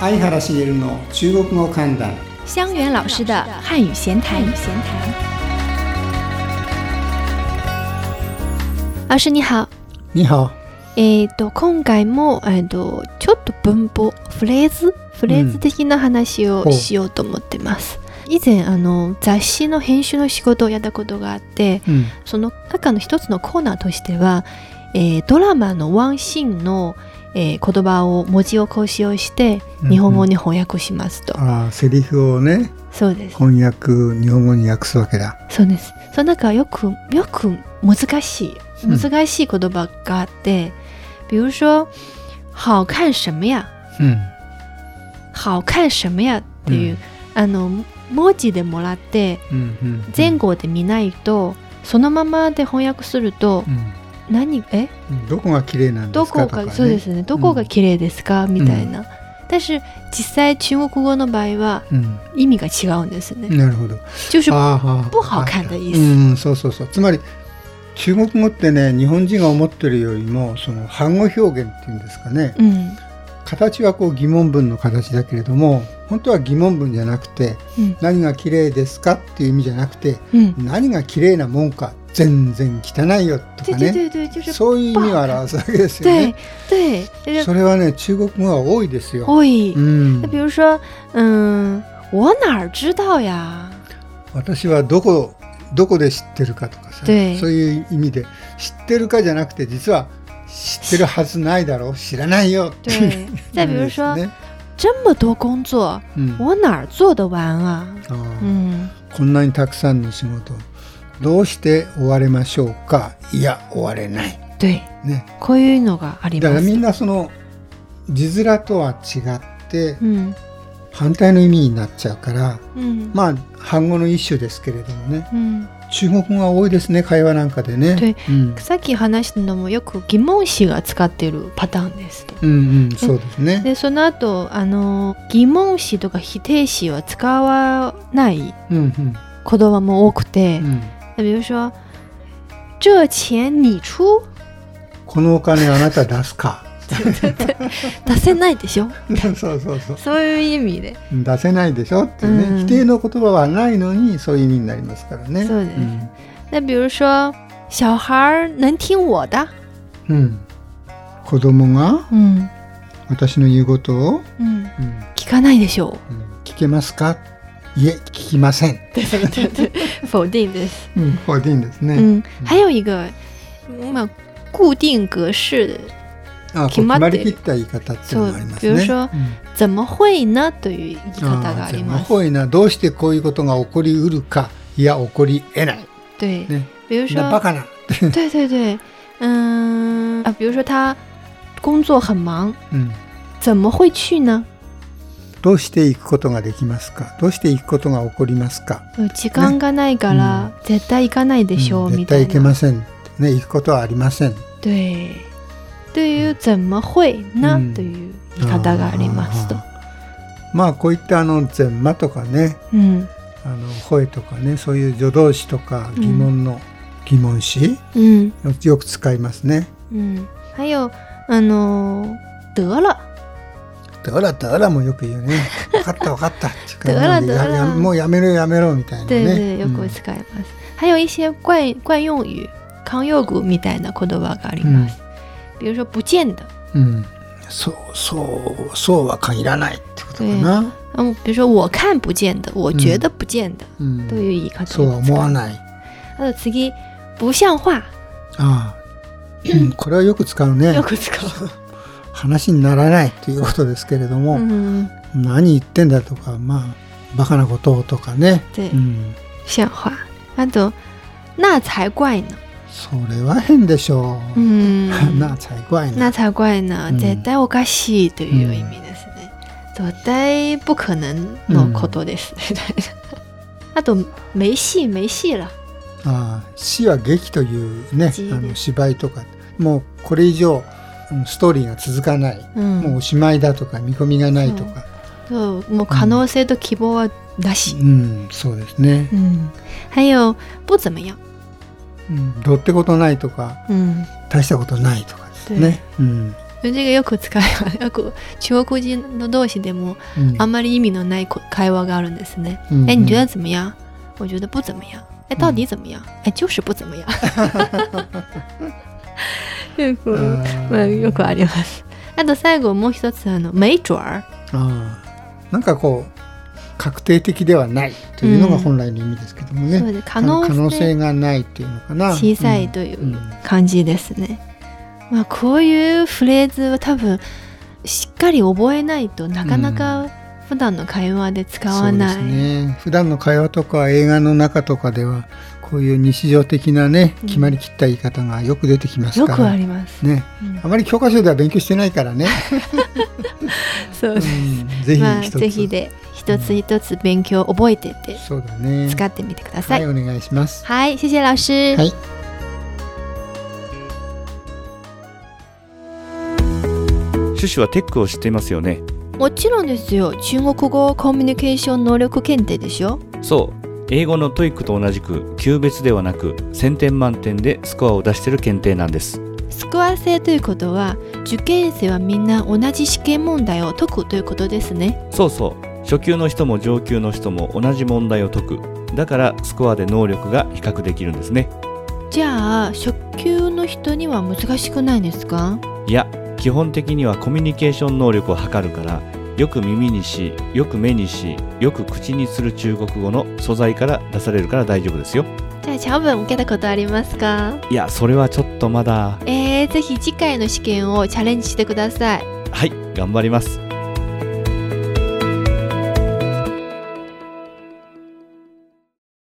相原茂の中国語観覧香元老师的汉语闲谈。老师你好。你好えー、と今回も、えー、とちょっと文法フレーズフレーズ的な話ほをうしようと思ってます、以前あの雑誌の編集の仕事をやったことがあってうんその中の一つのコーナーとしては、えードラマのワンシーンの、えー言葉を文字をこう使用してうん日本語に翻訳しますと、ああセリフをねそうです翻訳日本語に訳すわけだそうですその中はよくよく難しいうん難しい言葉があって、比如说好看什么呀うん好看什么やっていうう、んあの文字でもらってうんうん前後で見ないと、そのままで翻訳するとう何えんどこが綺麗なんでどすかことか、ね、が、そうですねどこが綺麗ですか、みたいな。但是実際中国語の場合はうん意味が違うんですね。なるほど就是ああ不好看的意思うんそうそうそうつまり中国語ってね日本人が思ってるよりもその反語表現っていうんですかねうん形はこう疑問文の形だけれども本当は疑問文じゃなくてうん何が綺麗ですかっていう意味じゃなくてうん。何が綺麗なもんか全然汚いよと对かね对对对，就是そういう意味を表すわけですよ对ね。对，就是それはね中国語が多いですよ。多い。うん那比如说，嗯，我哪儿知道呀？私はどこどこで知ってるかとかさそう对いう意味で知ってるかじゃなくて実は知ってるはずないだろう知らないよっていう对。再比如说，ね这么多工作，うん我哪儿做得完啊？あー嗯，こんなにたくさんの仕事どうして終われましょうかいや終われない。对，ね、こういうのがありだかまらみす。んなその字面とは違ってうん、反対の意味になっちゃうからうん、まあ反語の一種ですけれどもねうん。中国語が多いですね会話なんかでね。でうんさっき話したのもよく疑問詞が使っているパターンですと。うんうん、そうですね。でその後あの疑問詞とか否定詞は使わないうんうん言葉も多くて、うん比如说「这钱你出このお金あなた出す か。出せないでしょ」そうそうそう。そういう意味で。出せないでしょっていうね、う否ん定の言葉はないのにそういう意味になりますからね。そうです那比如说「小孩儿能听我的うん。うん子供が」うん私の言うことを、うん、うん聞かないでしょう。うん聞けますか。いえ、聞きません。对对对，否定的。うん、これでいいんですね。 嗯，还有一个，嗯嘛，固定格式的あ、こう決決ままってるりきった言い方っていうのもありますね。そう比如说うん怎么会呢？という言い方があーあり全部ます。多いなどうしてこういうことが起こりうるかいや起こり得ない对ね，比如みんなバ说，カな、对对对，嗯啊，比如说他工作很忙，うん、怎么会去呢？どうして行くことができますかどうして行くことが起こりますか、うん時間がないから絶対行かないでしうょうん絶みた対い行けな。ません、ね、行くことはありません对，对于怎么会呢うんという言い方がありますとあ。ーまあこういったあの前魔とかねうんあの吠えとかねそういう助動詞とか疑問の疑問詞、うん。よく使いますね嗯，还有，嗯、の得了，だらだらもよく言 うね分かった分かったっていうかだらだらもうややもうやめろやめろみたいなね对对，ようくん使います。还有一些惯惯用语、慣用語みたいな言葉があります。比如说不见得，うん、そうそうそうは限らないってことかな、嗯，比如说我看不见的，我觉得不见的，うんという言い方を使そういはます。思わないあと次、不像話、 ああ、うんこれはよく使うねよく使う。話にならないということですけれども、うん、何言ってんだとかまあバカなことをとかね、对う、ん、像話。あと、那才怪呢。それは変でしょうう、ん なあ最高いな那才怪呢う。ん絶対おかしいという意味ですね。絶対不可能のことです。 みたいな。あと、没戏、没戏了。ああ死は劇というね字あでの芝居とかもうこれ以上うんストーリーが続かない、う。もうんおしまいだとか見込みがないとか、そうもう可能性と希望はなし。うん、そうですねうん。还有、不怎么样。うんどうってことないとかうん。大したことないとかですねね。うん、日本人がよく使う よく中国人の同士でもうんあんまり意味のないこ会話があるんですね。うんえ、你觉得怎么样？我觉得不怎么样。え、到底怎么样？え、就是不怎么样。よく、まあ、よくあります。あと最後もう一つあの、没准あ儿。ーなんかこう確定的ではないというのが本来の意味ですけどもね、そうです可あの能可能性性がないっていうのかな小さいといううん感じですね。まあ、こういうフレーズは多分しっかり覚えないとなかなか普段の会話で使わない。そうですね普段の会話とか映画の中とかではこういう日常的なねうん決まりきった言い方がよく出てきますよから、くあります。ねうんあまり教科書では勉強してないから ね、そううです。ん、ぜひまあ、一つ、ぜひで一つ一つ勉強覚えてってそうだね使ってみてくださ。はいいはい、お願いします谢谢老师。はいシュシュはテックを知っていますよねもちろんですよ。中国語コミュニケーション能力検定でしょ。そう英語のトイックと同じく級別ではなく1000点満点でスコアを出している検定なんですスコア制ということは受験生はみんな同じ試験問題を解くということですね。そうそう初級の人も上級の人も同じ問題を解くだからスコアで能力が比較できるんですねじゃあ初級の人には難しくないですかいや基本的にはコミュニケーション能力を測るからよく耳にしよく目にしよく口にする中国語の素材から出されるから大丈夫ですよじゃあ長文受けたことありますかいやそれはちょっとまだえー、ぜひ次回の試験をチャレンジしてください。はい頑張ります